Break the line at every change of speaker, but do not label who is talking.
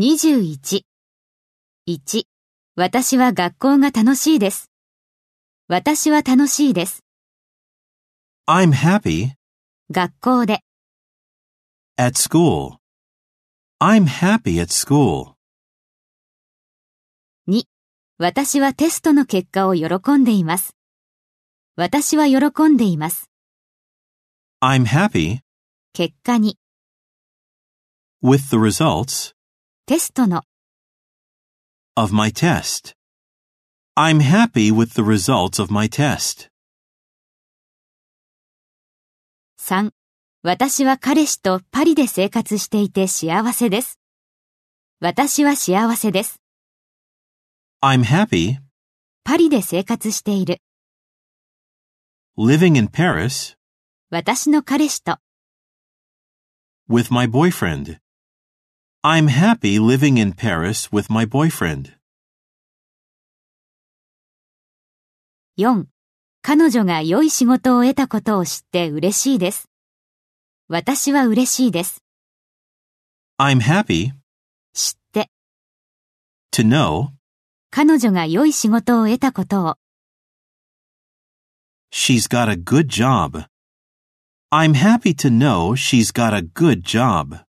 21。1. 私は学校が楽しいです。私は楽しいです。
I'm happy
学校で。
at school. I'm happy at school.
2. 私はテストの結果を喜んでいます。私は喜んでいます。
I'm happy
結果に、
with the results
テストの、
of my test. I'm happy with the results of my test.
3. 私は彼氏とパリで生活していて幸せです。私は幸せです。
I'm happy
パリで生活している。
living in Paris
私の彼氏と、
with my boyfriend. I'm happy living in Paris with my boyfriend.
4. 彼女が良い仕事を得たことを知って嬉しいです。私は嬉しいです。
I'm happy
知って、
to know
彼女が良い仕事を得たことを、
she's got a good job. I'm happy to know she's got a good job.